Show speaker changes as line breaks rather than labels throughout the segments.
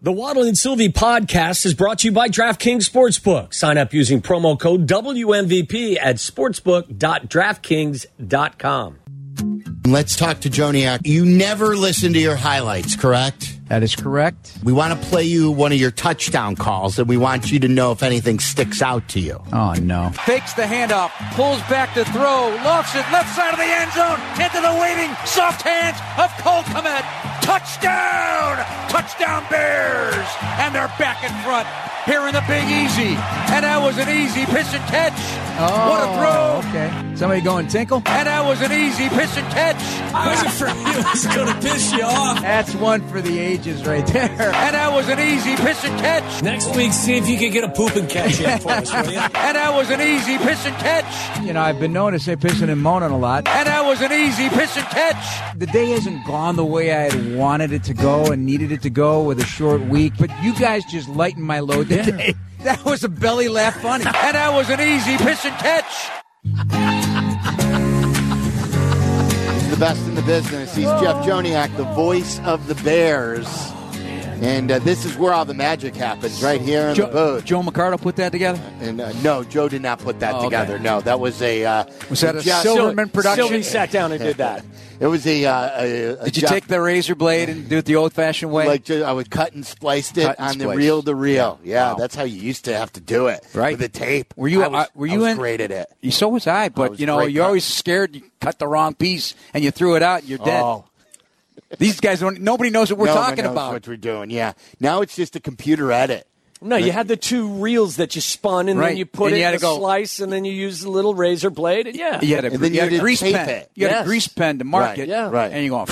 The Waddle and Sylvie podcast is brought to you by DraftKings Sportsbook. Sign up using promo code WMVP at sportsbook.draftkings.com.
Let's talk to Joniak. You never listen to your highlights, correct?
That is correct.
We want to play you one of your touchdown calls, and we want you to know if anything sticks out to you.
Oh, no.
Fakes the handoff, pulls back to throw, lofts it left side of the end zone, into the waving soft hands of Cole Komet. Touchdown! Touchdown Bears! And they're back in front here in the Big Easy. And that was an easy pitch and catch.
Oh,
what a throw!
Okay. Somebody going tinkle?
And that was an easy pitch and catch.
I was afraid it was going to piss you off.
That's one for the ages right there.
And that was an easy pitch and catch.
Next week, see if you can get a poop and catch in for us, will you?
And that was an easy pitch and catch.
You know, I've been known to say pissing and moaning a lot.
And that was an easy pitch and catch.
The day hasn't gone the way I had wanted it to go and needed it to go with a short week, but you guys just lightened my load today. That was a belly laugh funny.
And that was an easy pitch and catch.
He's the best in the business. He's Jeff Joniak, the voice of the Bears. And uh, this is where all the magic happens, right here in the
Joe,
booth.
Joe McCardo put that together?
and uh, no, Joe did not put that
Oh, okay.
together. No, that was a uh,
Was that a
Jeff-
Silverman production?
Sylvie sat down and did that.
It was a. Uh, a, a
Did you
Jeff-
take the razor blade and do it the old fashioned way?
Like ju- I would cut and spliced it
Cut and
on the
splice.
reel to reel. Yeah,
Wow.
that's how you used to have to do it.
Right.
with the tape.
Were you-
I was,
uh, were
I
you
was
in-
great at it.
so was I, but
was
you know,
great
you're
cut.
always scared you cut the wrong piece and you threw it out and you're dead.
Oh.
These guys don't nobody knows what we're
No one
talking
knows
about.
what we're doing. Yeah, now it's just a computer edit.
No, you had the two reels that you spun, and
Right.
then you put
And
it
you had
in a
to go-
slice, and then you used the little razor blade, and yeah.
You had a,
And then
you
you
had a
did
grease
tape
pen.
it.
You had
Yes.
a grease pen to mark
Right,
it.
yeah.
right.
And you go.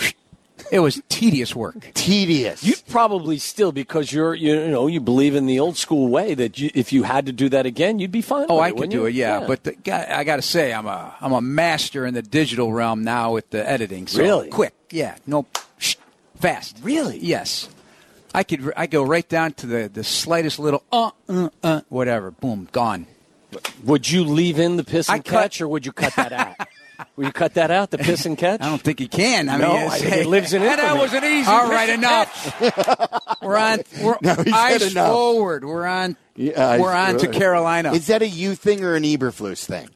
it was tedious work.
Tedious.
You'd probably still, because you're, you know, you believe in the old school way that you, if you had to do that again, you'd be fine.
Oh,
with
I
it,
could
wouldn't
do
you?
it. Yeah, but the, guy- I got to say, I'm a I'm a master in the digital realm now with the editing. So
Really?
quick. Yeah. No. Fast.
Really?
Yes. I could. I go right down to the the slightest little uh uh uh whatever. Boom. Gone.
would you leave in the piss
I
and
cut-
catch, or would you cut that out? Will you cut that out, the piss and catch?
I don't think he can. I
No,
mean,
I
it's-
think it lives in
And that
infamy.
was an easy
All
pitch
right,
and
enough. we're on. We're
No, he said
eyes
enough.
forward. We're on.
Yeah,
we're
I-
on to Carolina.
Is that a you thing or an Eberflus thing?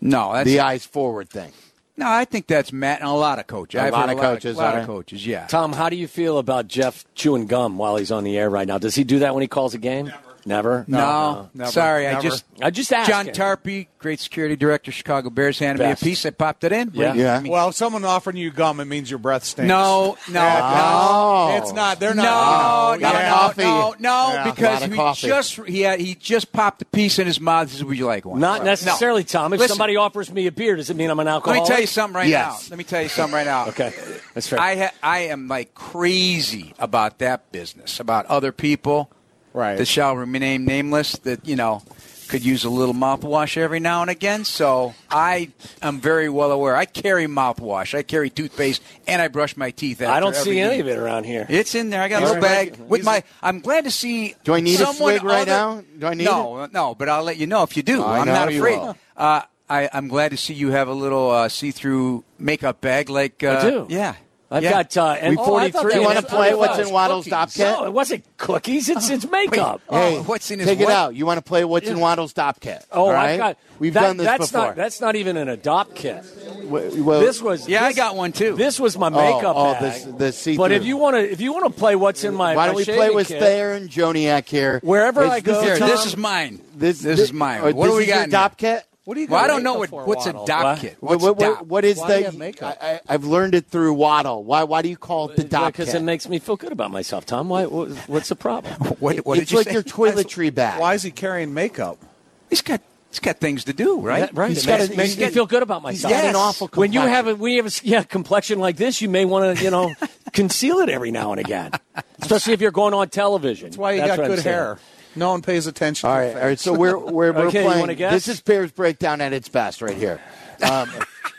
no, that's
The uh, eyes forward thing.
no. I think that's Matt and a lot of coaches.
A
I've
lot
heard
of coaches,
A lot
all
of
right.
coaches. Yeah.
Tom, how do you feel about Jeff chewing gum while he's on the air right now? Does he do that when he calls a game? Never. Never?
No, sorry. I
never.
just
I just asked.
John Tarpey, great security director, Chicago Bears, handed
Best.
me a piece. I popped it in.
Yeah.
Yeah.
Well, if someone offering you gum, it means your breath stinks.
No, no,
Oh.
no.
it's not. They're
No,
not.
no,
you know,
yeah.
no,
coffee.
no, no,
Yeah.
because
Lot of
he
coffee.
just he had, he just popped a piece in his mouth. He said, "Would you like one?"
Not
Right.
necessarily,
No.
Tom. If
Listen,
somebody offers me a beer, does it mean I'm an
let
alcoholic?
me tell you something right
Yes.
now. Let me tell you something right now.
Okay, that's fair.
I ha- I am like crazy about that business, about other people,
Right.
That shall remain nameless. That you know could use a little mouthwash every now and again. So I am very well aware. I carry mouthwash. I carry toothpaste, and I brush my teeth. After
I don't
every
see any
meal.
of it around here.
It's in there. I got a little
right.
bag with my. I'm glad to see.
Do I need a
someone
swig right
other-
now? Do I need
no, no. But I'll let you know if you do.
I
am
know
not
you
afraid.
will.
Uh, I, I'm glad to see you have a little uh, see-through makeup bag. Like uh,
I do.
Yeah,
I've
Yeah.
got uh, N43.
Oh, I thought
Do you
Yeah,
want to
that's-
play
that's
what's
fine.
in Waddle's
Cookies.
Dopcat?
No, it wasn't cookies. It's it's makeup.
Wait. Oh, what's in his
take it
what?
out. You want to play what's in Waddle's Dopcat?
Oh,
all
I've
right?
got.
We've
that-
done this
that's
before.
Not, that's not even an adopt kit.
W- well,
This was.
Yeah, I
this-
got one, too.
This was my makeup
oh,
bag.
this- the see-through.
But if you want to, if you want to play what's in my,
Why don't
my
we play
shaving
with
kit-
Thayer and Joniak here?
Wherever I go,
Here,
Tom.
this is mine. This, is mine.
or
what
this
do we
is
got?
your
in here?
Dopcat?
What do you? Well, I don't know what, what's a dop
What?
kit.
What,
What's
what,
dop?
what, what is
Why do you
the?
have makeup?
I, I, I've learned it through Waddle. Why? Why do you call it the Dopcat?
because uh, it makes me feel good about myself, Tom. Why? What, what's the problem?
What- what
it's
did you
like
say?
your toiletry bag.
Why is he carrying makeup?
He's got he's got things to do, right?
Yeah, right.
He's
It
got
makes,
a-
makes
he's
me
got-
feel good about
he's
myself.
got an awful
When you have
complexion.
a when you have a s- yeah complexion like this, you may want to you know conceal it every now and again, especially if you're going on television.
That's why he got
what I'm
good
saying.
hair. No one pays attention.
All
to
right,
your
all right.
face.
So we're we're, we're
Okay, you
playing.
wanna guess?
This is Bears breakdown at its best, right here. Um,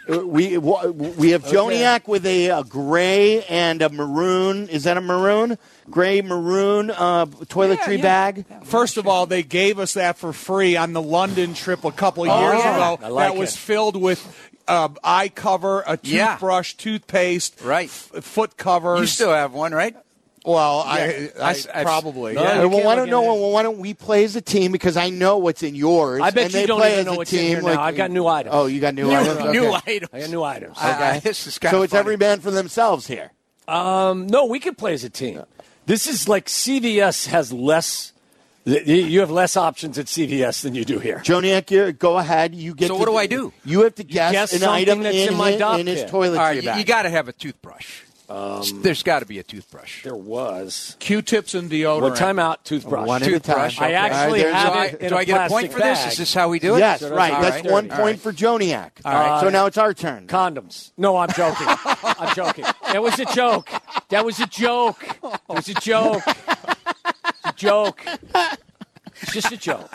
we we have Joniak with a, uh gray and a maroon. Is that a maroon? Gray maroon uh, toiletry bag.
First of all, they gave us that for free on the London trip a couple of years
yeah. I
ago.
like
that was
it.
filled with. Uh, eye cover, a
Yeah.
toothbrush, toothpaste,
Right.
f- foot covers.
You still have one, right?
Well,
Yeah, I
I,
s-
I,
I've-
probably.
No,
yeah.
you
well,
can't
why
look
don't no?
at it.
Well, why don't we play as a team? Because I know what's in yours.
I bet
and
you
they
don't
play
even
as
know
a
what's in
team.
here now.
like-
I've got new items.
Oh, you got new, items. Okay.
New items.
I got new items.
I- I- this is kind
So
of
it's every man for themselves here.
Um, no, we could play as a team. This is like CVS has less. th- You have less options at CVS than you do here.
Joniak, you- go ahead. You get.
So
to-
what do I do?
You have to guess,
guess
an
something
item
that's
in,
in my
his,
dot
in his
pit.
toiletry
All right, you,
bag.
you got to have a toothbrush.
Um,
There's got to be a toothbrush.
There was.
Q-tips and deodorant.
Well, timeout, toothbrush.
One at a time.
Toothbrush,
I
All right,
actually
there's
Do
have
your-
I,
it in
do
a
I get a point
plastic
for this?
bag.
Is this how we do it?
Yes,
So that's
right.
all
That's
right.
one
All
point
right.
for Joniak. All
right.
So now it's our turn.
Condoms. No, I'm joking. I'm joking. That was a joke. That was a joke. It was a joke. It's a joke. It's just a joke.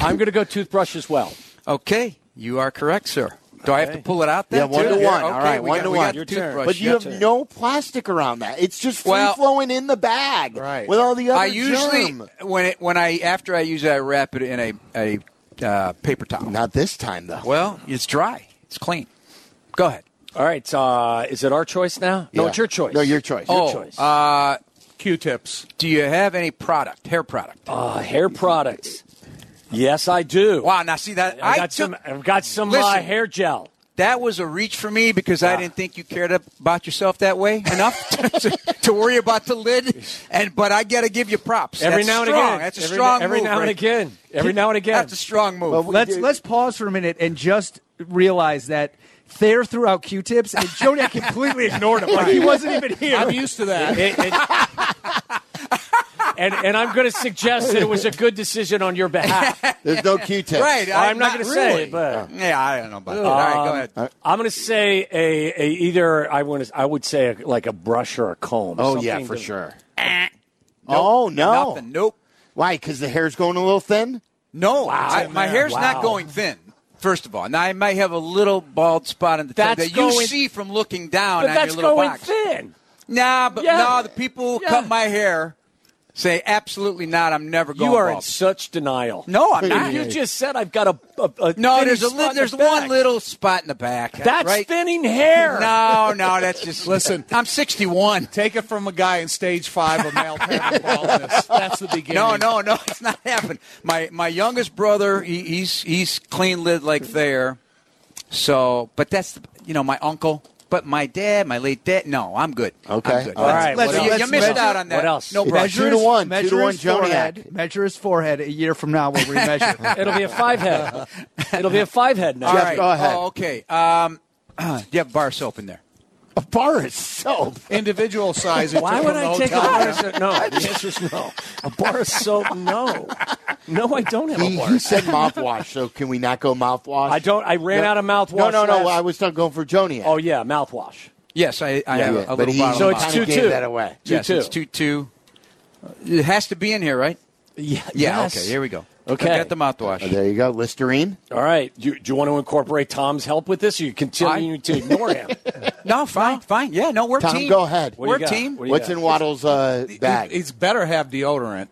I'm going to go toothbrush as well.
Okay, you are correct, sir. Do I have to pull it out then?
Yeah, one
too?
to one.
okay,
All right,
we
one
got,
to
we
one.
Got
Your turn.
toothbrush.
But you
yeah.
have no plastic around that. It's just free
Well-
flowing in the bag.
Right.
With all the other
I usually
germ.
when it when I after I use it, I wrap it in a a uh, paper towel.
Not this time though.
Well, it's dry. It's clean. Go ahead.
All right. So, uh, is it our choice now? No,
Yeah.
it's your choice.
No, your choice.
Your
Oh,
choice.
Q-tips.
Do you have any product, hair product?
Uh, hair products. Yes, I do.
wow, now see that
I
I,
got
took
some. I've got some uh,
Listen.
hair gel.
that was a reach for me because I
Yeah.
didn't think you cared about yourself that way enough to, to worry about the lid. And but I got to give you props.
Every
That's
now and
strong.
again.
That's a
every,
strong
Every
move,
now and
Rick.
again. Every now and again.
That's a strong move.
Well,
Let's
Dude.
let's pause for a minute and just realize that Thayer threw out Q-tips and Joniak completely ignored him like he wasn't even here.
I'm used to that.
It- it- and and I'm going to suggest that it was a good decision on your behalf.
There's no Q-tips.
right.
I'm not, going to say,
really.
it, but
Yeah, I don't know about that. All right, go ahead.
I'm going to say a, a either I want to I would say a, like a brush or a comb.
Oh yeah,
something
for
to-
sure. oh no.
Nothing. Nope.
Why? Because the hair's going a little thin.
No. I, my hair's
Wow.
not going thin. First of all, now I might have a little bald spot in the top
That's
that you
going-
see from looking down
But
on
that's
your little
going
box.
thin.
Nah, but
Yeah.
no, the people who
Yeah.
cut my hair say absolutely not. I'm never going.
You are in
bald.
such denial.
No, I'm
If
not.
you just said I've got a, a, a
no,
thinning
there's a
spot in
li-
the
there's
back.
one little spot in the back.
That's
right.
thinning hair.
No, no, that's just
Listen.
I'm 61.
Take it from a guy in stage five of male pattern baldness. That's the beginning.
No, no, no, it's not happening. My my youngest brother, he, he's he's clean lid like there. So, but that's you know my uncle, but my dad, my late dad. No, I'm good.
Okay.
I'm good.
All
Let's-
right,
let's-
what
you,
else?
you missed
Let's-
out on that.
what else?
No
It's
brush.
two to one. Two
measure
to one.
his forehead.
Joniak.
Measure his forehead a year from now when we measure.
It'll be a five head. It'll be a five head now.
All
Jeff,
right.
go ahead.
Oh, okay. Um, do you have bar soap in there?
A bar is
Oh,
soap.
Individual size.
Why
It
would
took
I
no
take a
time.
bar of soap? No, the answer is no. A bar of soap? No. No, I don't have a
He,
bar.
he said mouthwash. So can we not go mouthwash?
I don't. I ran
No.
out of mouthwash.
No, no, no.
last-
I was done going for Joniak.
oh yeah, mouthwash.
Yes, I, I have
yeah,
a
but
little
he
bottle.
So
of
it's
mine.
kinda gave
two-two.
that away.
yes,
two-two.
it's two two. It has to be in here, right?
Yeah.
Yeah.
yes.
Okay. Here we go.
Okay.
I got the mouthwash.
Oh, there you go. Listerine.
All right. Do, do you want to incorporate Tom's help with this, or you continue to ignore him?
No, fine, fine. Yeah, no, we're
Tom,
team.
go ahead.
What do you
we're
got?
team.
What do you
What's
got?
in Waddle's uh, bag?
It- It's better have deodorant.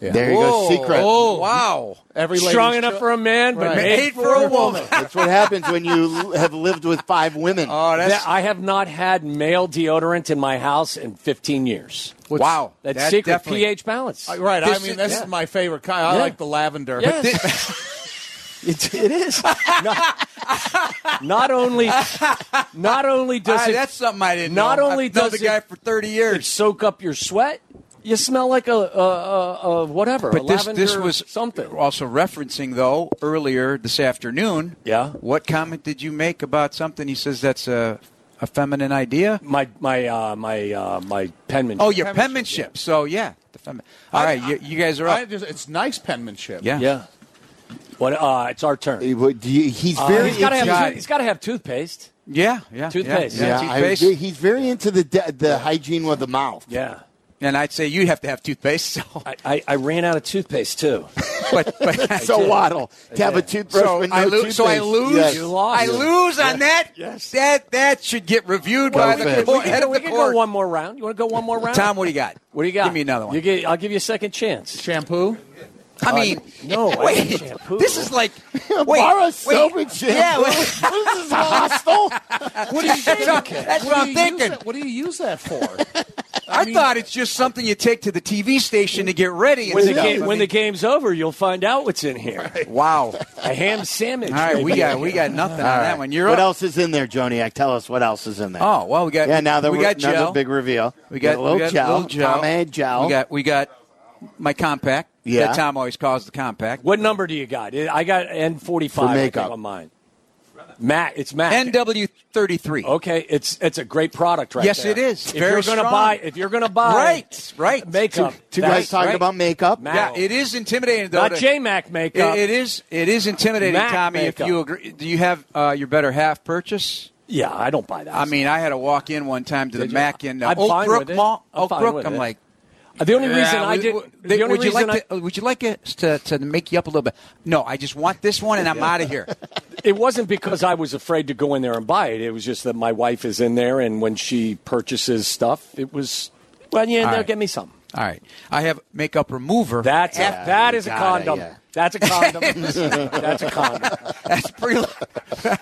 there you go. Secret.
Oh, wow.
Every
Strong
lady's
enough
cho-
for a man, but
Right.
made,
Made for a woman.
That's what happens when you l- have lived with five women.
Oh, that's
That- I have not had male deodorant in my house in 15 years.
wow.
That's
That
secret
definitely-
pH balance.
Right.
This
I mean,
is-
this
yeah.
is my favorite kind. I
Yeah.
like the lavender.
Yes. it, it is. Not, not only, not only does
Ah,
it
that's something I didn't
not
know.
only
I've known
does
the
it-
guy for 30 years.
soak up your sweat, you smell like a, a, a, a whatever. a
But this
lavender
this was
something.
also referencing though earlier this afternoon.
Yeah.
What comment did you make about something? He says that's a a feminine idea.
My my uh, my uh, my penmanship.
Oh, your penmanship. So yeah, the femi- All right, you, you guys are
I
up.
just, it's nice penmanship.
Yeah.
yeah. What? Uh, it's our turn.
He would- he- He's
Uh,
very.
he's got to
into-
have. He's got to have toothpaste.
Yeah, yeah,
Toothpaste.
Yeah,
yeah,
yeah,
I-
toothpaste.
he's very into the de- the hygiene of the mouth.
Yeah.
and I'd say you have to have toothpaste. So,
I, I, I ran out of toothpaste too.
but, but
So Waddle to have a toothbrush
so,
with no
I lose.
toothpaste.
so I lose.
Yes.
You lost.
I
Yeah.
lose on that. Yes. That that should get reviewed
Well,
by
we
the
could-
court,
We
head
can,
of
we
the
can
court.
go one more round. You want to go one more round?
Tom, what do you got?
What do you got?
Give me another one.
You get, I'll give you a second chance.
Shampoo.
I mean, no. Wait, this is like wait,
Borrow
wait,
soap and shampoo.
Yeah,
what
wait,
is this, a hostel?
What do you
that's what, that's what I'm thinking.
What do you use that for?
I, thought it's just something you take to the TV station to get ready. And
When the,
stuff.
game,
I
when the
mean,
game's over, you'll find out what's in here.
wow. All
A ham sandwich.
right, we
maybe.
got we got nothing on that one. You're
what
up.
else is in there, Joniak? Tell us what else is in there.
Oh well, we got
yeah. Now that
we
we're-
got
now the
gel.
big reveal.
We got
a little
we got
gel,
little gel.
pomade gel.
We got we got my compact.
Yeah.
that Tom always calls the compact.
What number do you got? I got N45
For
I think,
makeup.
on mine. Matt, it's Matt.
NW thirty three.
Okay, it's it's a great product right
Yes,
there.
it is.
If
Very
you're gonna
strong.
buy if you're going to buy
Right, right.
makeup.
Two
that's-
guys talking
right.
about makeup.
Matt.
Yeah, it is intimidating though.
Not uh,
to-
J-Mac
It-
makeup.
it is it is intimidating,
Mac
Tommy. If
makeup.
you agree, do you have uh, your better half purchase?
yeah, I don't buy that.
I mean, I had to walk in one time to the
Did you?
Mac in uh,
I'm
Oak
fine
Brook
with it.
Mall.
I'm
Oak
fine
Brook.
with
I'm
it.
like,
the only
yeah,
reason I
would-
did
would-
the only
would you
reason
like to, would you like us to, to make you up a little bit? No, I just want this one, and I'm out of here.
I, it wasn't because I was afraid to go in there and buy it. It was just that my wife is in there and when she purchases stuff, it was well, yeah,
All
they'll
right.
get me some.
All right, I have makeup remover.
That's a,
Yeah,
that
you
is a
gotta,
condom.
yeah.
That's a condom. that's a condom.
that's pretty.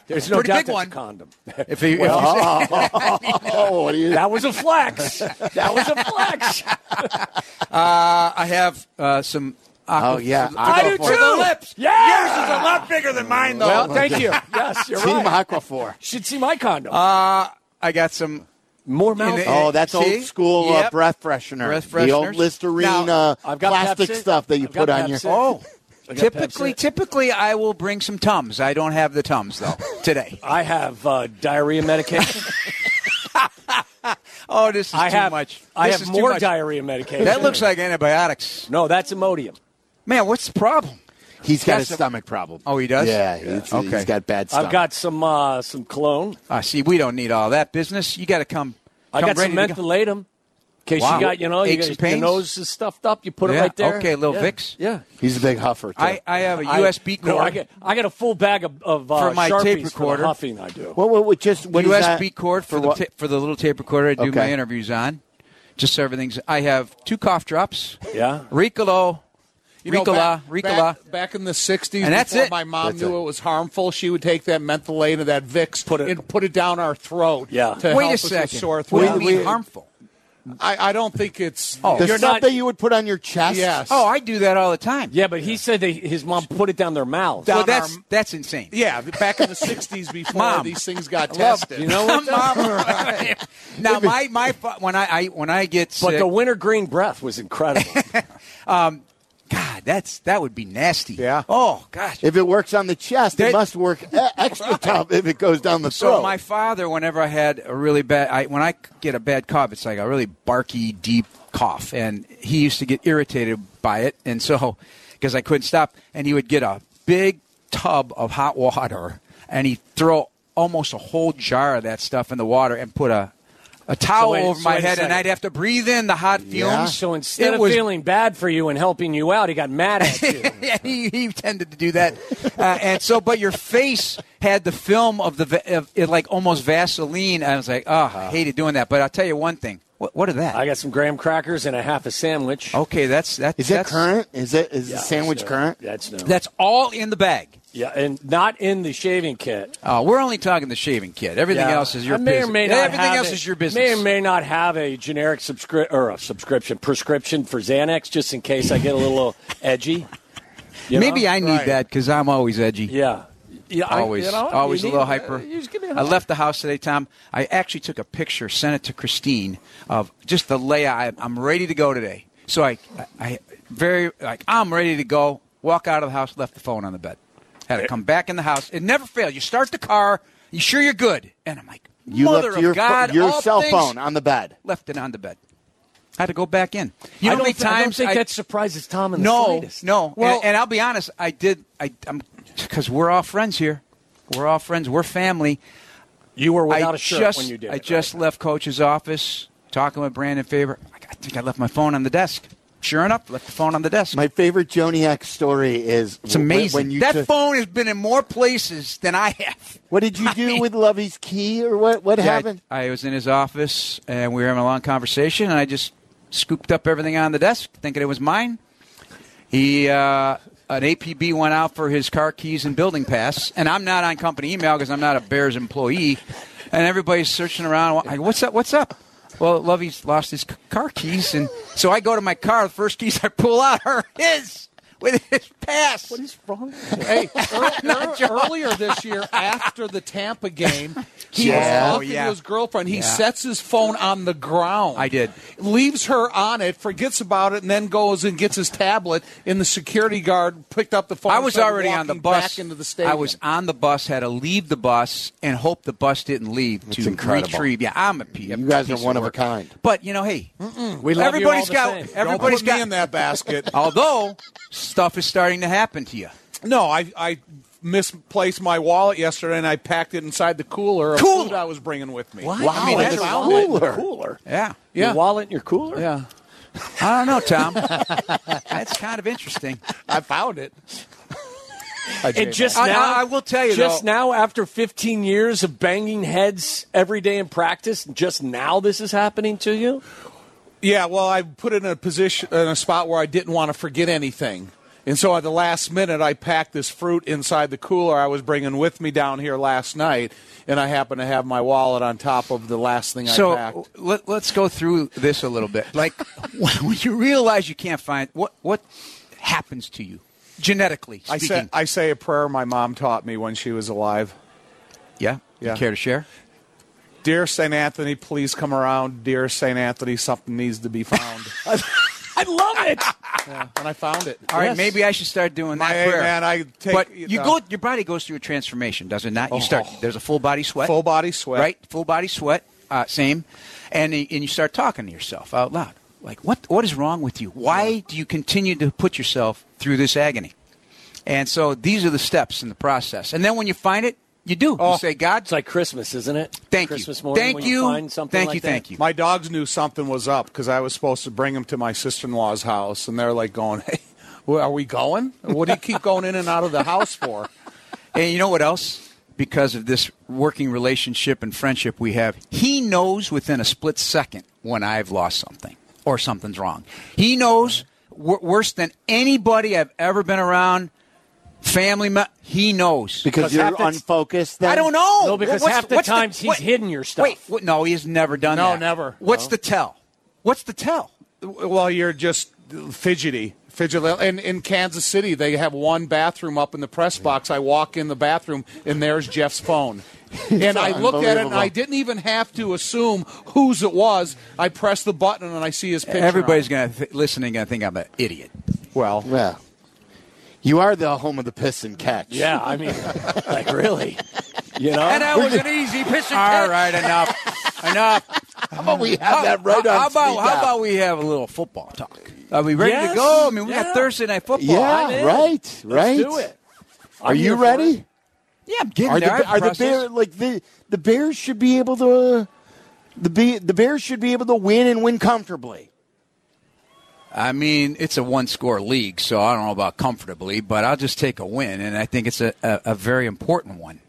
There's no
Pretty
doubt
big
that's
one.
a condom.
if you, if you
Oh, oh, oh, oh, oh, what do you?
That was a flex. That was a flex.
uh, I have uh, some. Aqua,
Oh, yeah.
for-
I do
for the
too.
lips.
Yeah.
Yours is a lot bigger than mine, though.
Well, thank you. Yes, you're
Team
right.
Aquaphor.
Should see my condom.
I got some
More
in
mouth.
the-
Oh, that's
Eh, See?
old school uh,
Yep.
breath freshener.
Breath
The old
fresheners.
Listerine
Now,
uh,
I've got
plastic
Pepsi.
stuff that you
I've
put
got
on your.
Pepsi.
Oh,
Typically,
Pepsi.
typically, I will bring some tums. I don't have the tums though today.
I have uh, diarrhea medication.
Oh, this is
I
too
have
much.
I
This
have
is too
more
much.
diarrhea medication.
That looks like antibiotics.
no, that's Imodium.
Man, what's the problem?
he's got
That's
a
a-
stomach problem.
Oh, he does?
Yeah, he's-
Okay.
he's got bad stomach.
I've got some uh, some cologne.
Ah, see, we don't need all that business. You got to come.
I
come
got some
ready to go.
mentholatum. In case
Wow.
you got you know you
Aches
got,
and
your
pains?
nose is stuffed up, you put
Yeah,
it right there.
okay, little
yeah.
Vicks.
Yeah.
He's a big huffer. Too.
I, I have a
I-
USB cord.
No, I get I got a full bag of, of uh,
For my
Sharpies
tape
for the
recorder.
huffing, I do.
What, what, what, just what is that?
USB cord for, the
what?
ta- for the little tape recorder I do my
Okay.
interviews on. Just so everything's. I have two cough drops.
Yeah.
Ricolo, Ricola,
back,
Ricola.
Back, back in the '60s,
And that's
before
it.
my mom
That's
knew
it.
it. was harmful, she would take that mentholated, that Vicks,
Put it-
and put it down our throat.
Yeah.
to help
Wait a
us with
second.
sore
What do
throat.
you mean harmful?
I, I don't think it's.
Oh.
The
You're
stuff
not-
that you would put on your chest.
Yes.
Oh, I do that all the time.
Yeah, but he said that his mom put it down their mouth.
Well,
down
that's
our-
that's insane.
yeah. Back in the '60s, before
Mom.
these things got
Love-
tested.
You know what?
now my my fa- when I, I when I get sick,
But the wintergreen breath was incredible.
God, that's that would be nasty.
Yeah.
Oh gosh.
If it works on the chest,
That-
it must work e- extra tough if it goes down the
so
throat.
my father, whenever I had a really bad, I, when I get a bad cough, it's like a really barky, deep cough, and he used to get irritated by it, and so because I couldn't stop, and he would get a big tub of hot water, and he'd throw almost a whole jar of that stuff in the water, and put a a towel
wait-
over
so
my
wait a
head, and
second.
I'd have to breathe in the hot fumes.
Yeah.
So instead
It
of
was
feeling bad for you and helping you out, he got mad at you.
yeah, he, he tended to do that, uh, and so. But your face had the film of the va- of, it, like almost Vaseline. I was like, oh, I hated doing that. But I'll tell you one thing. What what are that?
Uh-huh. I got some graham crackers and a half a sandwich.
okay, that's that's
is that
that's,
current? Is it is
Yeah,
the sandwich
so
current?
That's no.
That's all in the bag.
yeah, and not in the shaving kit.
Uh, we're only talking the shaving kit. Everything
Yeah.
else is your
I may
business.
or may not
Everything
have
else
a-
is your business.
May or may not have a generic subscri- or a subscription prescription for Xanax, just in case I get a little edgy. you know?
Maybe I need
Right.
that because I'm always edgy.
Yeah. Yeah, I-
always,
you know,
always
you
a little
need-
hyper.
uh, you just give me a
I
hug.
left the house today, Tom. I actually took a picture, sent it to Christine of just the layout. I, I'm ready to go today. So I, I, I very like I'm ready to go. Walk out of the house, left the phone on the bed. Had
Eh.
to come back in the house. It never fails. You start the car. You sure you're good? And I'm like,
You
mother
left your
of God,
pho- your
all
cell
things-
phone on the bed.
Left it on the bed. had to go back in.
I
You know how
don't,
many
th- I don't
times
think
I-
that surprises Tom in the
no,
slightest.
No,
Well,
and, and I'll be honest. I did. I, I'm because we're all friends here. We're all friends. We're family.
you were
I
without a shirt
just,
when you did.
I
it,
just
right?
left Coach's office talking with Brandon Faber. I, I think I left my phone on the desk. Sure enough, left the phone on the desk.
My favorite Joniak story is
it's amazing.
When, when you
that
took-
phone has been in more places than I have.
what did you do with Lovey's key or what? What
Yeah, I-
happened?
I, was in his office and we were having a long conversation, and I just scooped up everything on the desk, thinking it was mine. He uh, an APB went out for his car keys and building pass, and I'm not on company email because I'm not a Bears employee. And everybody's searching around. Like, what's up? What's up? Well, Lovey's lost his c- car keys, and so I go to my car. The first keys I pull out are his with his pass.
What is wrong?
Hey, ear- ear- earlier this year, after the Tampa game, he
Yeah.
Oh,
was huffing
yeah.
his girlfriend. He sets his phone on the ground.
I did.
Leaves her on it, forgets about it, and then goes and gets his tablet. And the security guard picked up the phone.
I
and
was
started
already on the
walking
bus.
back into the stadium.
I was on the bus, had to leave the bus, and hope the bus didn't leave to
incredible.
retrieve. Yeah, I'm a P.
You guys are
piece
one of a
work.
kind. Hmm?
But you know, hey,
We love
everybody's
you all the
got
same.
Don't
everybody's
put
got.
me in that basket.
Oh.
Although stuff is starting to happen to you.
no, I, I misplaced my wallet yesterday and I packed it inside the cooler of
Cooler.
food I was bringing with me.
Wow, I mean,
that's
that's
wrong.
cooler.
Yeah.
Your
Yeah.
wallet in your cooler?
Yeah.
I don't know, Tom. That's kind of interesting.
I found it.
And just
I-
now,
I- I will tell you,
just
though-
now after 15 years of banging heads every day in practice, just now this is happening to you.
Yeah, well, I
put in a position in a spot where I didn't want to forget anything. And so at the last minute, I packed this fruit inside the cooler I was bringing with me down here last night, and I happened to have my wallet on top of the last thing I packed.
So let, let's go through this a little bit. Like when when you realize you can't find what what happens to you genetically
I
speaking.
say I say a prayer my mom taught me when she was alive.
yeah.
Yeah.
You care to share?
Dear St. Anthony, please come around. Dear St. Anthony, something needs to be found.
I love it.
and I found it.
All right, maybe I should start doing
My-
that
hey,
prayer.
man, I take-
but
you
you
know. Oh.
go. Your body goes through a transformation, does it not? You start. There's a full body sweat.
Full body sweat.
Right. Full body sweat. Uh, same. And y- and you start talking to yourself out loud. Like what what is wrong with you? Why do you continue to put yourself through this agony? And so these are the steps in the process. And then when you find it, you do.
Oh.
You say, God,
It's like Christmas, isn't it?
thank
Christmas
you,
morning
thank
when
you,
find something
thank
like
you,
that.
thank you.
My dogs knew something was up because I was supposed to bring them to my sister in law's house, and they're like going, "Hey, where are we going? What do you keep going in and out of the house for?"
And you know what else? Because of this working relationship and friendship we have, he knows within a split second when I've lost something or something's wrong. He knows w- worse than anybody I've ever been around. Family, me- he knows.
Because you're
half the-
unfocused. Then?
I don't know.
No, because
What's-
half the
what's
times he's
what-
hidden your stuff.
Wait, what, no, he has never done
No,
that.
never.
What's the tell? What's the tell?
Well, you're just fidgety. Fidgety. And in Kansas City, they have one bathroom up in the press box. I walk in the bathroom, and there's Jeff's phone. And I looked at it, and I
Unbelievable.
didn't even have to assume whose it was. I pressed the button, and I see his picture. on
Everybody's
it.
gonna th- listening gonna think I'm an idiot.
well.
Yeah. You are the home of the piss and catch.
Yeah, I mean, like really, you know.
And that was an easy piss and All right, enough, enough.
How about we have that right
how,
on
how about
speed
how
dial?
about we have a little football talk? Are we ready
Yes.
to go? I mean, we
Yeah.
got Thursday night football.
Yeah,
I'm in.
right, right.
Let's do it.
Are
I'm here
you
for
ready?
Yeah, I'm getting
Are the
there. I have a
are the
process.
bear like the the Bears should be able to uh, the be, the Bears should be able to win and win comfortably.
I mean, it's a one-score league, so I don't know about comfortably, but I'll just take a win, and I think it's a, a, a very important one.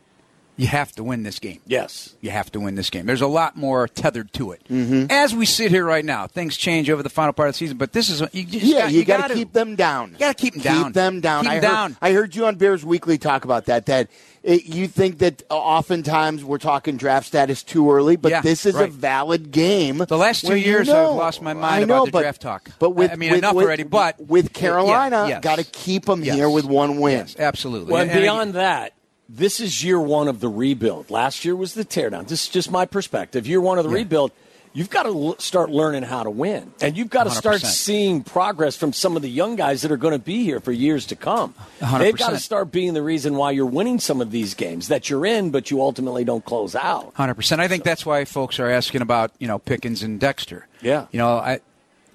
You have to win this game.
Yes.
You have to win this game. There's a lot more tethered to it. As we sit here right now, things change over the final part of the season, but this is you just
Yeah,
got,
you, got
gotta-
to keep them down.
you gotta keep 'em down.
Keep them down.
Keep
I
'em
heard,
down.
I heard you on Bears Weekly talk about that. That it, you think that uh, oftentimes we're talking draft status too early, but
Yeah,
this is a
right.
valid game.
The last two
where you
years,
know-
I've lost my
I
mind
know,
about the
but,
draft talk.
But with
I mean,
with-
enough
with-
already. But
with Carolina,
Yeah, yes.
got to keep them
Yes.
here with one win.
Yes, absolutely.
Well, and
And- and
beyond that, this is year one of the rebuild. Last year was the teardown. This is just my perspective. Year one of the rebuild, you've got to l- start learning how to win, and you've got to start
100%.
seeing progress from some of the young guys that are going to be here for years to come. They've got to
100%.
start being the reason why you're winning some of these games that you're in, but you ultimately don't close out.
Hundred percent. I think that's why folks are asking about you know Pickens and Dexter.
Yeah.
You know, I,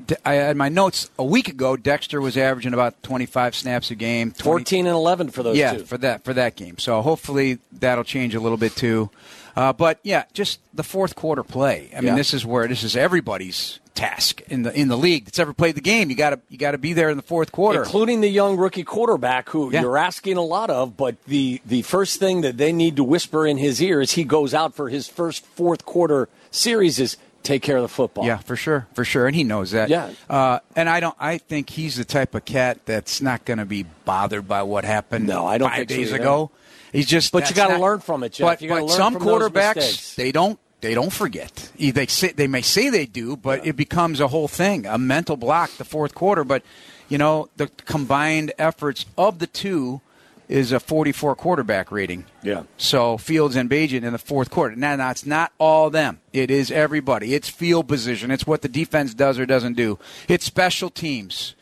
De- I had my notes a week ago. Dexter was averaging about twenty five snaps a game. 20
Fourteen and eleven for those
yeah,
two.
for that for that game. So hopefully that'll change a little bit too. Uh, but yeah, just the fourth quarter play. I mean,
Yeah.
this is where this is everybody's task in the in the league that's ever played the game. You got to you got to be there in the fourth quarter.
including the young rookie quarterback who
Yeah.
you're asking a lot of but the the first thing that they need to whisper in his ear as he goes out for his first fourth quarter series is take care of the football.
Yeah, for sure, for sure, and he knows that.
Yeah.
uh, and I don't. I think he's the type of cat that's not going to be bothered by what happened.
No, I don't
Five
think so
days
either.
ago, he's just.
But you
that's
gotta
not-
learn from it, Jeff.
But,
You gotta
but
learn
some
from those mistakes.
quarterbacks, they don't. They don't forget. E- They say, they may say they do, but it becomes a whole thing, a mental block the fourth quarter. But you know the combined efforts of the two is a 44 quarterback rating.
Yeah.
So Fields and Bajan in the fourth quarter. Now, now it's not all them. It is everybody. It's field position. It's what the defense does or doesn't do. It's special teams.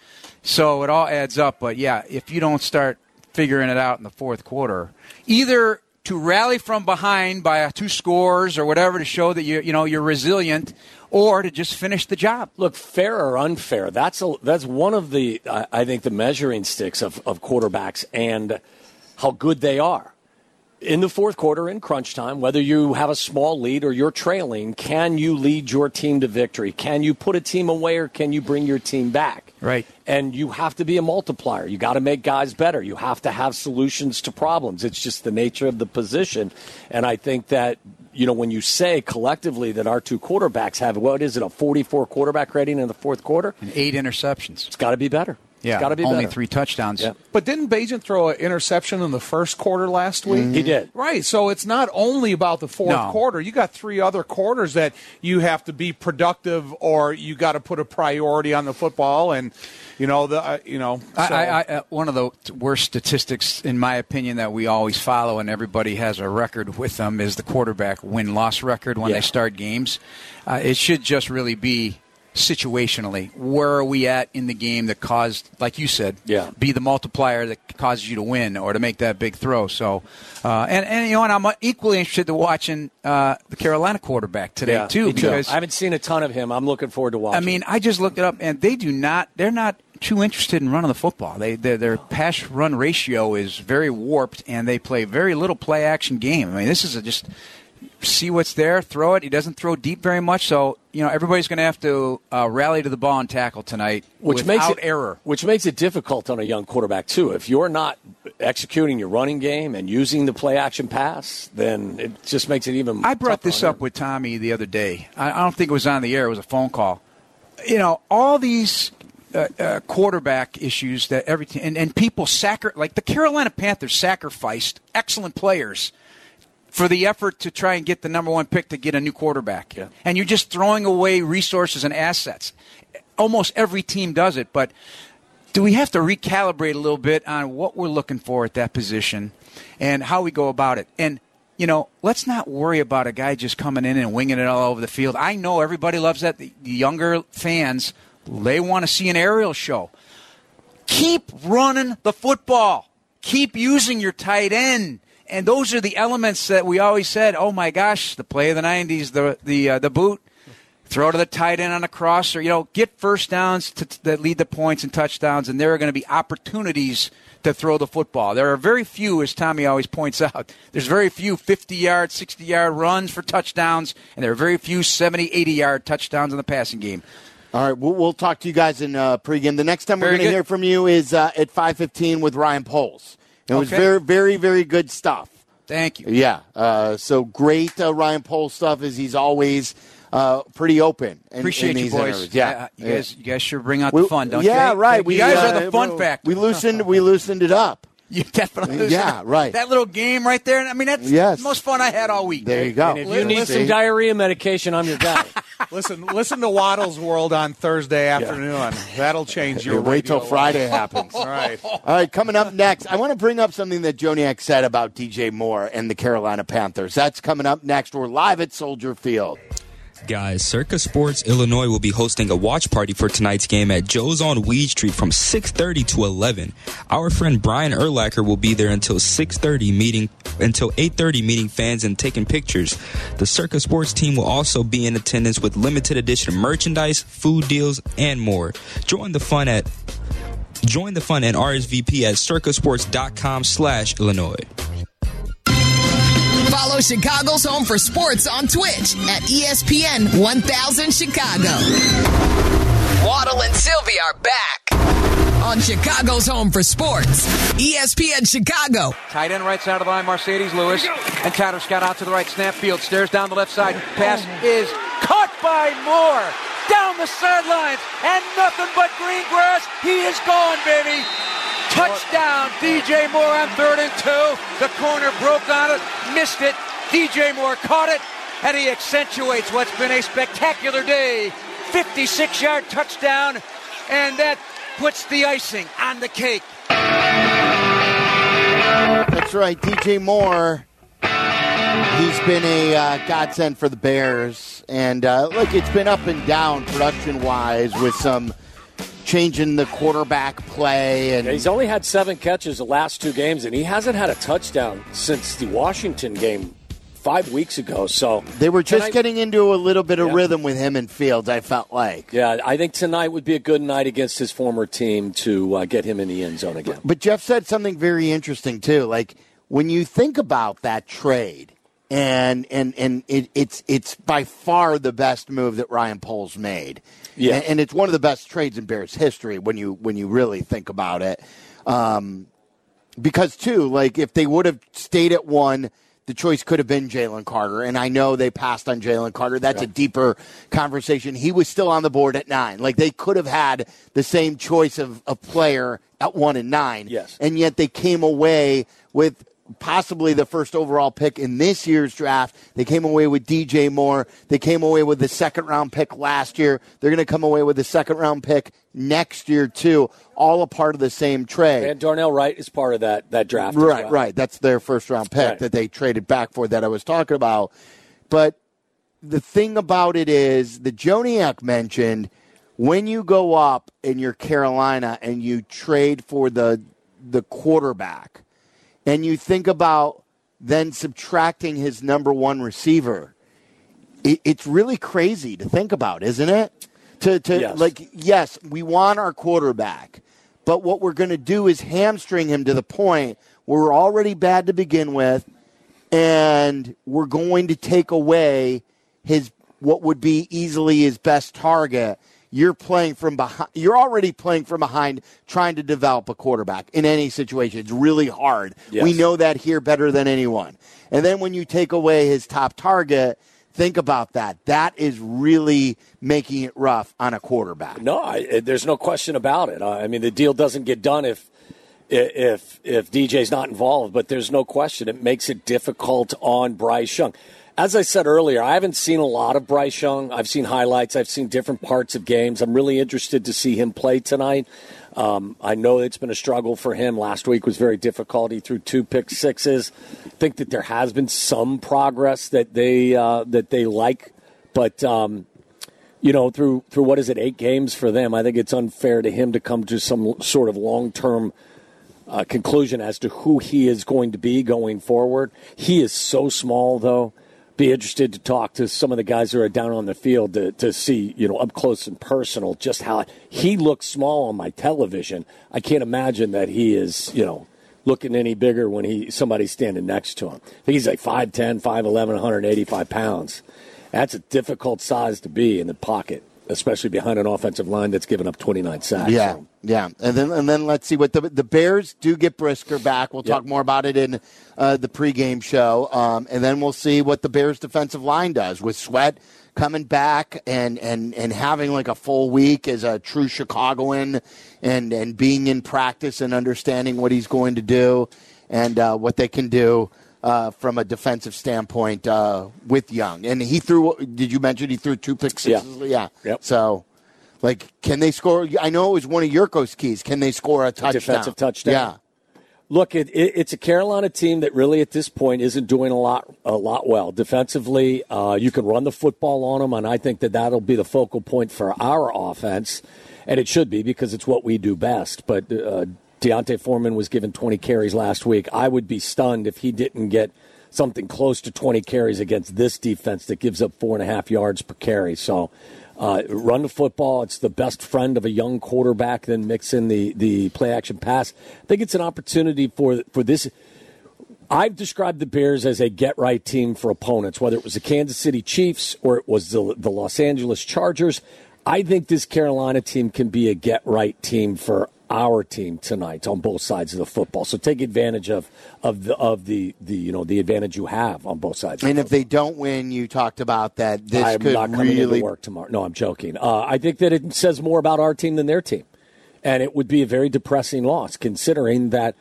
So it all adds up. But yeah, if you don't start figuring it out in the fourth quarter, either to rally from behind by uh, two scores or whatever to show that you you know you're resilient, or to just finish the job.
Look, fair or unfair, that's a, that's one of the I, I think the measuring sticks of, of quarterbacks and how good they are. In the fourth quarter in crunch time, whether you have a small lead or you're trailing, can you lead your team to victory? Can you put a team away or can you bring your team back?
Right.
And you have to be a multiplier. You got to make guys better. You have to have solutions to problems. It's just the nature of the position. And I think that, you know, when you say collectively that our two quarterbacks have, what is it, a 44 quarterback rating in the fourth quarter? It's
Eight interceptions.
got to be better.
Yeah,
It's got to be
only
better.
three touchdowns.
Yeah.
But didn't Bajan throw an interception in the first quarter last week?
He did.
Right. So it's not only about the fourth
No.
quarter. You got three other quarters that you have to be productive, or you got to put a priority on the football, and you know the uh, you know.
I,
so-
I, I, uh, one of the worst statistics, in my opinion, that we always follow, and everybody has a record with them, is the quarterback win loss record when
Yeah.
they start games. Uh, it should just really be situationally. Where are we at in the game that caused, like you said,
Yeah.
be the multiplier that causes you to win or to make that big throw? So, uh, and, and, you know, and I'm equally interested to watching uh, the Carolina quarterback today,
Yeah,
too,
me
because
I haven't seen a ton of him. I'm looking forward to watching.
I mean, I just looked it up, and they do not. They're not too interested in running the football. They their, their pass run ratio is very warped, and they play very little play action game. I mean, this is a just see what's there, throw it. He doesn't throw deep very much, so you know everybody's going to have to uh, rally to the ball and tackle tonight, without
makes it,
error.
Which makes it difficult on a young quarterback too. If you're not executing your running game and using the play action pass, then it just makes it even.
I brought
tougher
this
Um, on
up with Tommy the other day. I, I don't think it was on the air. It was a phone call. You know, all these uh, uh, quarterback issues that every team and, and people sacri- like the Carolina Panthers sacrificed excellent players for the effort to try and get the number one pick to get a new quarterback.
Yeah.
And you're just throwing away resources and assets. Almost every team does it, but do we have to recalibrate a little bit on what we're looking for at that position and how we go about it? And, you know, let's not worry about a guy just coming in and winging it all over the field. I know everybody loves that. The the younger fans, they want to see an aerial show. Keep running the football. Keep using your tight end. And those are the elements that we always said, oh my gosh, the play of the 90s, the, the, uh, the boot throw to the tight end on a cross or you know get first downs to, that lead to points and touchdowns and there are going to be opportunities to throw the football there are very few as tommy always points out there's very few 50 yard 60 yard runs for touchdowns and there are very few 70 80 yard touchdowns in the passing game
All right, we'll, we'll talk to you guys in uh, pregame. The next time we're
Very
going to
good.
hear from you is uh, at five fifteen with Ryan Poles. It was
Okay.
very, very, very good stuff.
thank you
Yeah. Uh, so great uh, Ryan Pohl stuff is he's always uh, pretty open. In,
appreciate
in
you
these
boys
interviews. Yeah.
Uh, you guys you guys sure bring out
We-
the fun don't you
yeah, right.
you guys are
uh,
the fun
we-
factor
We loosened we loosened it up.
you definitely
Yeah, right.
that little game right there i mean that's
Yes.
the most fun i had all week
There you go.
If you need some diarrhea medication, I'm your guy.
listen, listen to Waddle's World on Thursday afternoon. That'll change your.
wait till
radio
Friday
life.
happens.
All right.
All right, coming up next, I want to bring up something that Joniak said about DJ Moore and the Carolina Panthers. That's coming up next. We're live at Soldier Field.
Guys, Circus Sports Illinois will be hosting a watch party for tonight's game at Joe's on Weed Street from 6:30 to 11. Our friend Brian Erlacher will be there until 6:30 meeting until 8:30 meeting fans and taking pictures. The Circus Sports team will also be in attendance with limited edition merchandise, food deals, and more. Join the fun at join the fun and RSVP at circusports.com/illinois.
Follow Chicago's Home for Sports on Twitch at E ESPN 1000 Chicago. Waddle and Sylvie are back on Chicago's Home for Sports, E ESPN Chicago.
Tight end right side of the line, Mercedes Lewis. And Tyler Scott out to the right, snap field, stares down the left side. Pass is
Caught by Moore. Down the sidelines. And nothing but green grass. He is gone, baby. Touchdown, DJ Moore on third and two. The corner broke on it, missed it. DJ Moore caught it, and he accentuates what's been a spectacular day. 56 yard touchdown, and that puts the icing on the cake.
That's right, DJ Moore. He's been a uh, godsend for the Bears, and uh, look, it's been up and down production wise with some changing the quarterback play and
He's only had seven catches the last two games, and he hasn't had a touchdown since the Washington game five weeks ago. So
They were just
Tonight-
getting into a little bit of
Yeah.
rhythm with him and Fields. I felt like,
yeah, I think tonight would be a good night against his former team to uh, get him in the end zone again.
but Jeff said something very interesting too. Like when you think about that trade, and and and it, it's it's by far the best move that Ryan Poles made.
Yeah.
and, and it's one of the best trades in Bears history when you when you really think about it. Um, because too, like if they would have stayed at one, the choice could have been Jalen Carter, and I know they passed on Jalen Carter. That's a deeper conversation. He was still on the board at nine. Like they could have had the same choice of a player at one and nine.
Yes.
and yet they came away with possibly the first overall pick in this year's draft. They came away with DJ Moore. They came away with the second round pick last year. They're going to come away with the second round pick next year too. All a part of the same trade.
And Darnell Wright is part of that that draft. as
Right,
well.
right. That's their first round pick
Right.
that they traded back for that I was talking about. But the thing about it is the Joniak mentioned when you go up in your Carolina and you trade for the the quarterback and you think about then subtracting his number one receiver, it, it's really crazy to think about, isn't it? To, to
Yes.
like, yes, we want our quarterback, but what we're going to do is hamstring him to the point where we're already bad to begin with, and we're going to take away his what would be easily his best target. You're playing from behind. You're already playing from behind, trying to develop a quarterback in any situation. It's really hard.
Yes.
We know that here better than anyone. And then when you take away his top target, think about that. That is really making it rough on a quarterback.
No, I, it- there's no question about it. I I mean, the deal doesn't get done if if if DJ's not involved, but there's no question it makes it difficult on Bryce Young. As I said earlier, I haven't seen a lot of Bryce Young. I've seen highlights. I've seen different parts of games. I'm really interested to see him play tonight. Um, I know it's been a struggle for him. Last week was very difficult. He threw two pick sixes. I think that there has been some progress that they uh, that they like, but um, you know, through through what is it, eight games for them? I think it's unfair to him to come to some sort of long term uh, conclusion as to who he is going to be going forward. He is so small, though. Be interested to talk to some of the guys who are down on the field to, to see, you know, up close and personal, just how he looks small on my television. I can't imagine that he is, you know, looking any bigger when he somebody's standing next to him. I think he's like 5'10, 5'11, 185 pounds. That's a difficult size to be in the pocket, especially behind an offensive line that's given up 29 sacks.
Yeah, yeah, and then and then let's see what the the Bears do get Brisker back. We'll talk
Yep.
more about it in uh, the pregame show, um, and then we'll see what the Bears defensive line does with Sweat coming back and and and having like a full week as a true Chicagoan, and and being in practice and understanding what he's going to do and uh, what they can do. Uh, from a defensive standpoint, uh, with Young, and he threw. Did you mention he threw two pick
Yeah.
sixes? Yeah.
Yep.
So like, can they score? I know it was one of Yurko's keys. Can they score a touchdown?
defensive touchdown.
Yeah.
Look, it, it, it's a Carolina team that really at this point isn't doing a lot, a lot well defensively. Uh, you can run the football on them, and I think that that'll be the focal point for our offense, and it should be because it's what we do best. But uh, Deontay Foreman was given 20 carries last week. I would be stunned if he didn't get something close to 20 carries against this defense that gives up four and a half yards per carry. So. Uh, run the football. It's the best friend of a young quarterback. Then mix in the, the play action pass. I think it's an opportunity for for this. I've described the Bears as a get right team for opponents, whether it was the Kansas City Chiefs or it was the, the Los Angeles Chargers. I think this Carolina team can be a get right team for our team tonight on both sides of the football. So take advantage of of the of the, the you know the advantage you have on both sides.
And if they don't win, you talked about that. This
I'm
could
not coming
really
into work tomorrow. No, I'm joking. Uh, I think that it says more about our team than their team, and it would be a very depressing loss considering that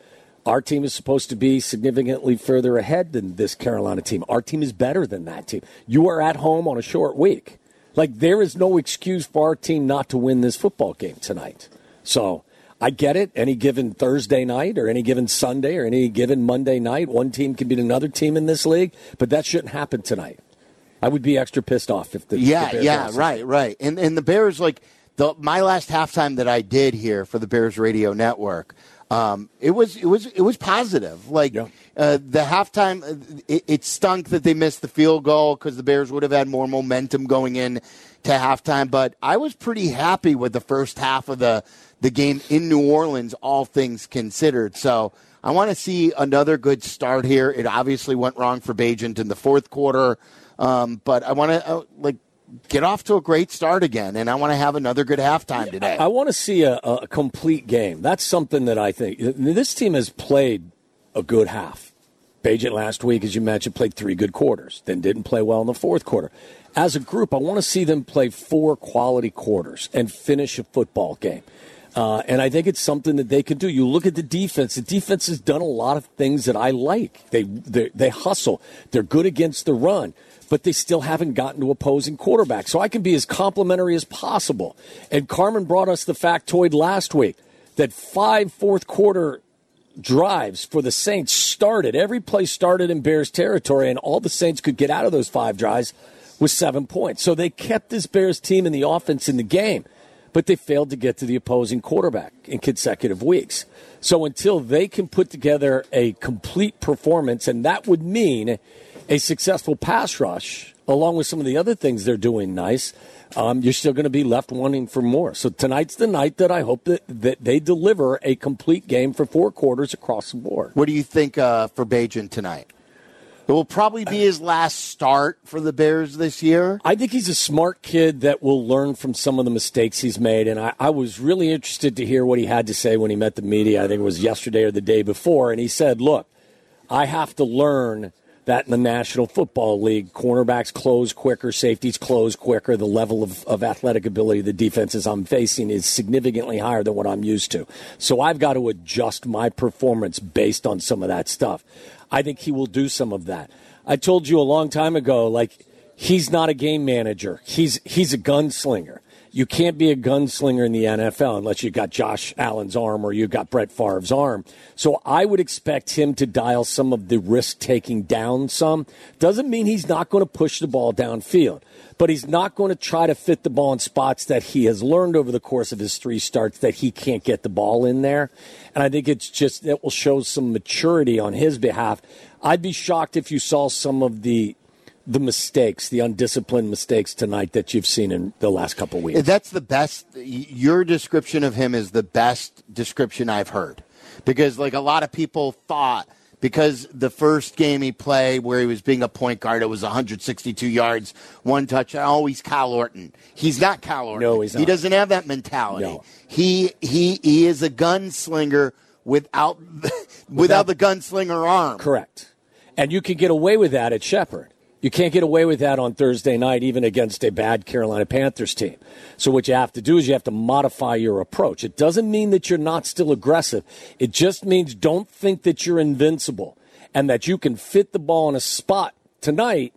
our team is supposed to be significantly further ahead than this Carolina team. Our team is better than that team. You are at home on a short week. Like there is no excuse for our team not to win this football game tonight. So I get it. Any given Thursday night or any given Sunday or any given Monday night, one team can beat another team in this league, but that shouldn't happen tonight. I would be extra pissed off if the
Yeah,
the Bears
yeah,
lost.
right, right. And and the Bears like the my last halftime that I did here for the Bears radio network. Um, it was it was it was positive. Like
Yeah.
uh, the halftime, uh, it, it stunk that they missed the field goal because the Bears would have had more momentum going in to halftime. But I was pretty happy with the first half of the the game in New Orleans, all things considered. So I want to see another good start here. It obviously went wrong for Bajent in the fourth quarter, um, but I want to uh, like get off to a great start again, and I want to have another good halftime today.
I want to see a, a complete game. That's something that I think this team has played a good half. Bajent last week, as you mentioned, played three good quarters, then didn't play well in the fourth quarter. As a group, I want to see them play four quality quarters and finish a football game. Uh, and I think it's something that they can do. You look at the defense. The defense has done a lot of things that I like. They they, they hustle. They're good against the run but they still haven't gotten to opposing quarterbacks. So I can be as complimentary as possible. And Carmen brought us the factoid last week that five fourth quarter drives for the Saints started, every play started in Bears territory, and all the Saints could get out of those five drives was seven points. So they kept this Bears team and the offense in the game, but they failed to get to the opposing quarterback in consecutive weeks. So until they can put together a complete performance, and that would mean a successful pass rush, along with some of the other things they're doing nice, um, you're still going to be left wanting for more. So tonight's the night that I hope that, that they deliver a complete game for four quarters across the board.
What do you think uh, for Bajan tonight? It will probably be his last start for the Bears this year.
I think he's a smart kid that will learn from some of the mistakes he's made. And I, I was really interested to hear what he had to say when he met the media. I think it was yesterday or the day before. And he said, Look, I have to learn that in the National Football League, cornerbacks close quicker, safeties close quicker. The level of, of athletic ability of the defenses I'm facing is significantly higher than what I'm used to. So I've got to adjust my performance based on some of that stuff. I think he will do some of that. I told you a long time ago, like, he's not a game manager. He's he's a gunslinger. You can't be a gunslinger in the NFL unless you got Josh Allen's arm or you got Brett Favre's arm. So I would expect him to dial some of the risk taking down some. Doesn't mean he's not going to push the ball downfield, but he's not going to try to fit the ball in spots that he has learned over the course of his three starts that he can't get the ball in there. And I think it's just that will show some maturity on his behalf. I'd be shocked if you saw some of the the mistakes, the undisciplined mistakes tonight that you've seen in the last couple weeks.
That's the best. y- Your description of him is the best description I've heard. Because, like, a lot of people thought because the first game he played where he was being a point guard, it was 162 yards, one touchdown. Oh, he's Kyle Orton. He's not Kyle Orton.
No, he's
He
not.
doesn't have that mentality.
No.
He, he, he is a gunslinger without, without, the gunslinger arm.
Correct. And you can get away with that at Shepherd. You can't get away with that on Thursday night, even against a bad Carolina Panthers team. So, what you have to do is you have to modify your approach. It doesn't mean that you're not still aggressive, it just means don't think that you're invincible and that you can fit the ball in a spot tonight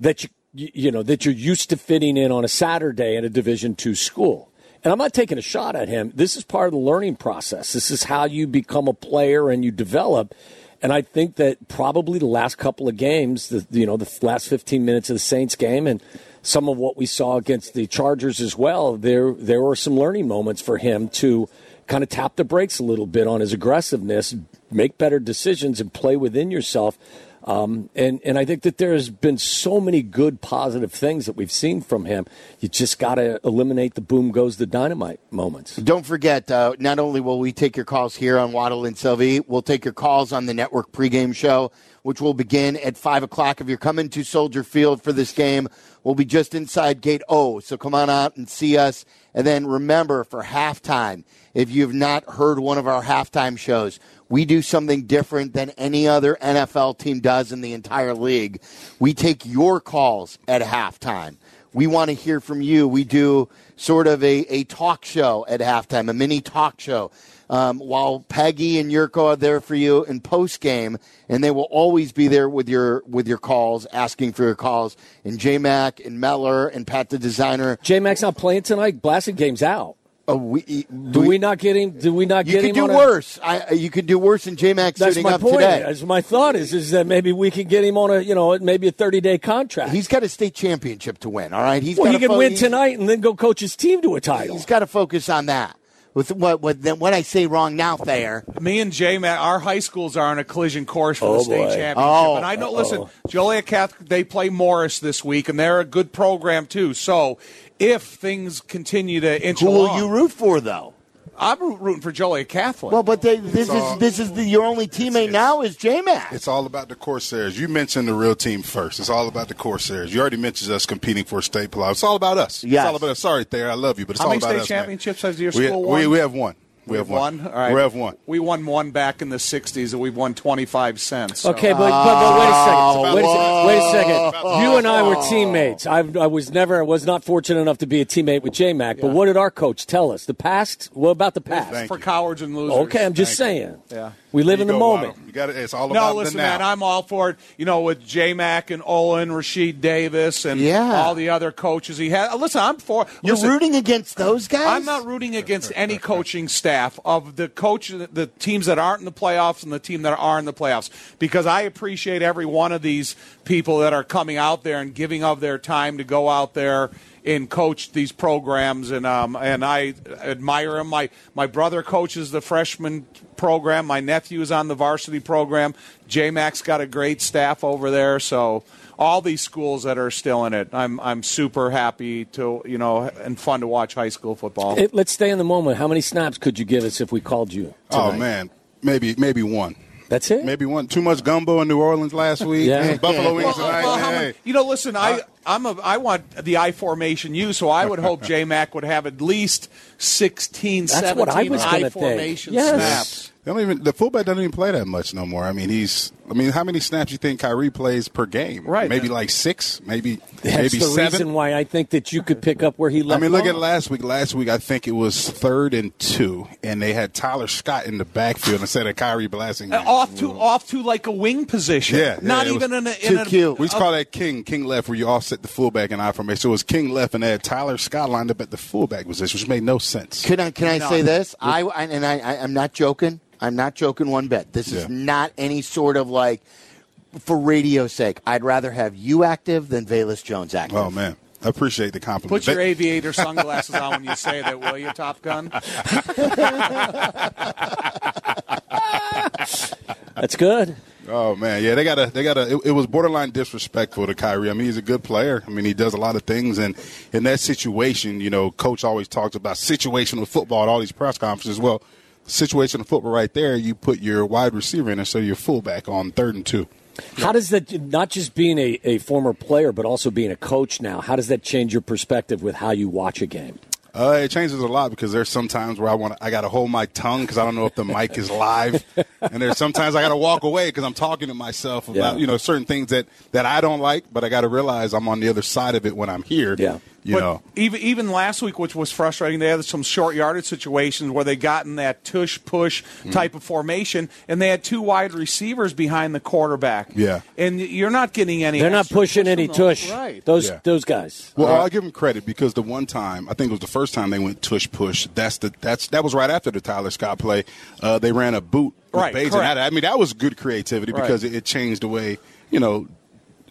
that you you know that you're used to fitting in on a Saturday at a Division two school. And I'm not taking a shot at him. This is part of the learning process. This is how you become a player and you develop. And I think that probably the last couple of games, the, you know, the last 15 minutes of the Saints game, and some of what we saw against the Chargers as well, there there were some learning moments for him to kind of tap the brakes a little bit on his aggressiveness, make better decisions, and play within yourself. Um, and and I think that there has been so many good positive things that we've seen from him. You just got to eliminate the boom goes the dynamite moments.
Don't forget, uh, not only will we take your calls here on Waddle and Sylvie, we'll take your calls on the network pregame show. which will begin at 5 o'clock. If you're coming to Soldier Field for this game, we'll be just inside Gate O. So come on out and see us. And then remember for halftime, if you've not heard one of our halftime shows, we do something different than any other NFL team does in the entire league. We take your calls at halftime. We want to hear from you. We do sort of a, a talk show at halftime, a mini talk show. Um, while Peggy and Yurko are there for you in post game, and they will always be there with your with your calls, asking for your calls. And J Mac and Meller and Pat the designer.
J Mac's not playing tonight. Blasted game's out.
Uh, we,
Do we not get him? Do we not
you
get
could
him?
do
on a-
worse. I, uh, you could do worse than J Mac
That's
suiting
my
up
point.
today.
That's my thought is is that maybe we can get him on a you know maybe a thirty day contract.
He's got a state championship to win. All right, he's
well,
got
he
to
can
fo-
win
he's-
tonight and then go coach his team to a title.
He's got to focus on that. With what what then what I say wrong now, Thayer.
Me and Jay, Matt, our high schools are on a collision course for
Oh,
the state
boy.
championship.
Oh.
and I know, listen, Joliet Catholic, they play Morris this week, and they're a good program, too. So if things continue to inch
Who will
along,
you root for though?
I'm rooting for Joliet Catholic.
Well, but they, this is this is the, your only teammate now is J Mac.
It's all about the Corsairs. You mentioned the real team first. It's all about the Corsairs. You already mentioned us competing for a state playoff. It's all about us.
Yes.
It's all about us. Sorry, Thayer, I love you, but it's
How
all
many
about
state
us.
championships has your
man.
school
we,
won?
We, we have one. We, have one.
All right.
We have one.
We won one back in the 60s, and we won 25 cents. so- uh,
Okay, but, but, but wait a second.
Oh,
Wait a second. Wait a
whoa. Ah.
second. You and I were teammates. I, I was never, I was not fortunate enough to be a teammate with J Mac. But what did our coach tell us? The past? What about the past?
Thank
for
you.
cowards and losers.
okay, I'm just
Thank
saying. Yeah. We live in the moment.
You got It's all about
No, listen,
the now.
man, I'm all for it. You know, with J Mac and Olin, Rashid Davis, and
Yeah.
all the other coaches he had. Listen, I'm for.
You're
listen,
rooting against those guys.
I'm not rooting against any coaching staff of the coach, the teams that aren't in the playoffs and the team that are in the playoffs, because I appreciate every one of these people that are coming out there and giving of their time to go out there and coach these programs, and um, and I admire them. My my brother coaches the freshman program. My nephew is on the varsity program. J Mac's got a great staff over there, so. All these schools that are still in it, I'm I'm super happy to you know and fun to watch high school football.
It- let's stay in the moment. How many snaps could you give us if we called you?
oh,
tonight?
man. Maybe maybe one.
That's it?
Maybe one. Too much gumbo in New Orleans last week.
Yeah.
Man, Buffalo
Well,
wings Uh, tonight.
well, how
man.
many- you know, listen, I I'm a I want the I formation you, so I would hope J Mac would have at least 16,
That's
17
what I was gonna
I
think.
formation
Yes.
snaps.
They don't even the fullback doesn't even play that much no more. I mean, he's I mean, how many snaps you think Kyrie plays per game?
Right.
Maybe like six, maybe
That's
maybe
the
seven.
reason why I think that you could pick up where he
I
left
mean, look
off.
at last week. Last week, I think it was third and two, and they had Tyler Scott in the backfield instead of Kyrie blasting.
Uh, Off to off to like a wing position.
Yeah, yeah,
Not
it was
even in a, in
too
a Uh,
cute.
We used to call that king, king left, where you offset the fullback in I formation. So it was king left, and they had Tyler Scott lined up at the fullback position, which made no sense.
Can I can I say this? I, I and I, I I'm not joking. I'm not joking one bit. This
Yeah.
is not any sort of like for radio's sake. I'd rather have you active than Valus Jones active.
oh man, I appreciate the compliment.
Put your
They-
aviator sunglasses on when you say that, will you, Top Gun?
That's good.
Oh man, yeah, they got to they got to it, it was borderline disrespectful to Kyrie. I mean, he's a good player. I mean, he does a lot of things, and in that situation, you know, coach always talks about situational football at all these press conferences. Well, situational football right there, you put your wide receiver in instead of your fullback on third and two.
How does that, not just being a, a former player, but also being a coach now, how does that change your perspective with how you watch a game?
Uh, it changes a lot because there's some times where I want I got to hold my tongue because I don't know if the mic is live, and there's sometimes I got to walk away because I'm talking to myself about
Yeah.
you know certain things that that I don't like, but I got to realize I'm on the other side of it when I'm here.
Yeah.
you
but
know.
even even last week, which was frustrating, they had some short yardage situations where they got in that tush push
Mm-hmm.
type of formation, and they had two wide receivers behind the quarterback.
Yeah.
and you're not getting any.
They're not
extra
pushing
push
any
from the-
tush.
Right.
Those,
Yeah.
those guys.
Well,
Uh,
I'll give him credit because the one time I think it was the first time they went tush push. That's the that's that was right after the Tyler Scott play. Uh, they ran a boot with
Right,
Bays, and
correct.
I, I mean that was good creativity
Right.
because it, it changed the way you know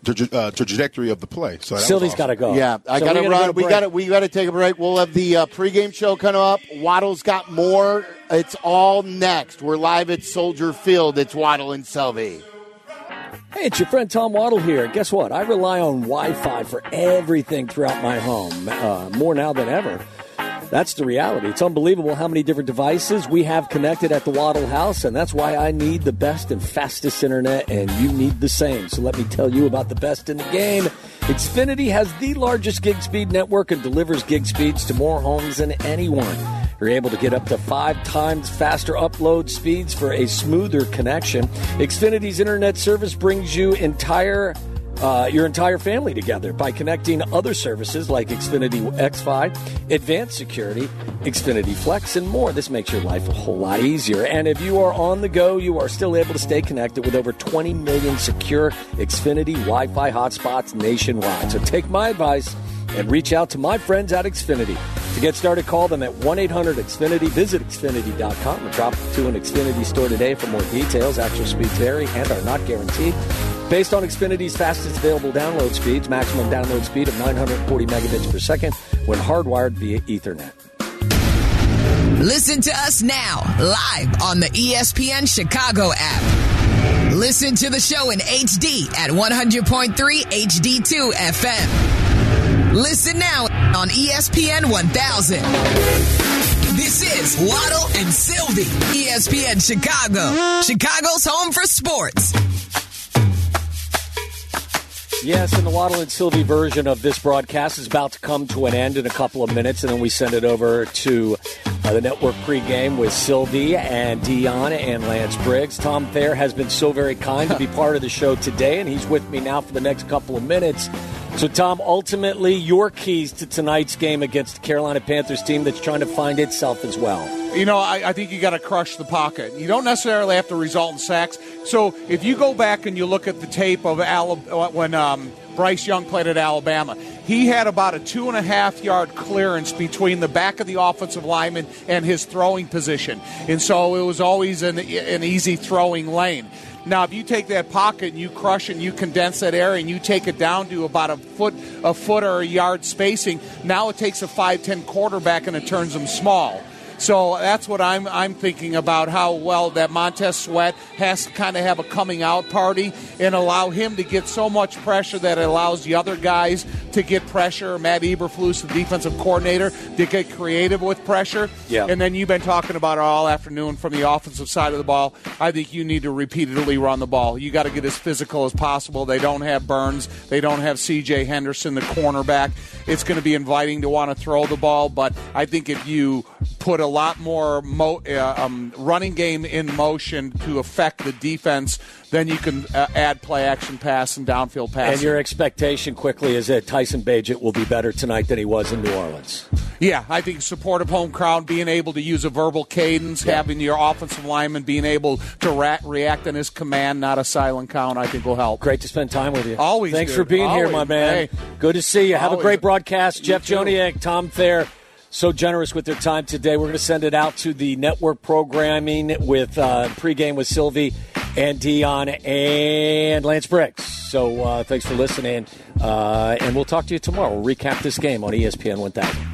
tra- uh, trajectory of the play. So that
Sylvie's
has
got to go.
Yeah, I
So
gotta
we
run.
a
we
break.
got to we got to take a break. We'll have the uh, pregame show coming up. Waddle's got more. It's all next. We're live at Soldier Field. It's Waddle and Selvey.
Hey, it's your friend Tom Waddle here. Guess what? I rely on Wi Fi for everything throughout my home, uh, more now than ever. That's the reality. It's unbelievable how many different devices we have connected at the Waddle House, and that's why I need the best and fastest internet, and you need the same. So let me tell you about the best in the game. Xfinity has the largest gig speed network and delivers gig speeds to more homes than anyone. You're able to get up to five times faster upload speeds for a smoother connection. Xfinity's internet service brings you entire uh, your entire family together by connecting other services like Xfinity X5, Advanced Security, Xfinity Flex, and more. This makes your life a whole lot easier. And if you are on the go, you are still able to stay connected with over 20 million secure Xfinity Wi Fi hotspots nationwide. So take my advice and reach out to my friends at Xfinity. To get started, call them at 1 800 Xfinity, visit Xfinity.com, or drop to an Xfinity store today for more details. Actual speeds vary and are not guaranteed. Based on Xfinity's fastest available download speeds, maximum download speed of 940 megabits per second when hardwired via Ethernet.
Listen to us now, live on the E ESPN Chicago app. Listen to the show in HD at 100.3 HD2 FM. Listen now on E ESPN 1000. This is Waddle and Sylvie, E ESPN Chicago, Chicago's home for sports.
Yes, and the Waddle and Sylvie version of this broadcast is about to come to an end in a couple of minutes, and then we send it over to uh, the network pregame with Sylvie and Dion and Lance Briggs. Tom Thayer has been so very kind to be part of the show today, and he's with me now for the next couple of minutes. So, Tom, ultimately, your keys to tonight's game against the Carolina Panthers team that's trying to find itself as well.
You know, I, I think you got to crush the pocket. You don't necessarily have to result in sacks. So if you go back and you look at the tape of Alabama, when um, Bryce Young played at Alabama, he had about a two and a half yard clearance between the back of the offensive lineman and his throwing position, and so it was always an, an easy throwing lane. Now, if you take that pocket and you crush and you condense that area and you take it down to about a foot, a foot or a yard spacing, now it takes a 5'10 quarterback and it turns them small. So that's what I'm I'm thinking about how well that Montez Sweat has to kind of have a coming out party and allow him to get so much pressure that it allows the other guys to get pressure. Matt Eberflus, the defensive coordinator, to get creative with pressure.
Yeah.
And then you've been talking about it all afternoon from the offensive side of the ball. I think you need to repeatedly run the ball. You got to get as physical as possible. They don't have Burns. They don't have C.J. Henderson, the cornerback. It's going to be inviting to want to throw the ball, but I think if you put a lot more mo- uh, um, running game in motion to affect the defense, then you can uh, add play action pass and downfield pass.
And your expectation quickly is that Tyson Bajet will be better tonight than he was in New Orleans.
Yeah, I think supportive home crowd, being able to use a verbal cadence, yeah. having your offensive lineman being able to rat- react on his command, not a silent count, I think will help.
Great to spend time with you.
Always.
Thanks
dude.
for being
Always.
here, my man.
Hey.
Good to see you. Have a
Always.
great broadcast.
You
Jeff
too.
Joniak, Tom Thayer, so generous with their time today. We're going to send it out to the network programming with uh, pregame with Sylvie and Dion and Lance Briggs. So uh, thanks for listening, uh, and we'll talk to you tomorrow. We'll recap this game on ESPN 1000.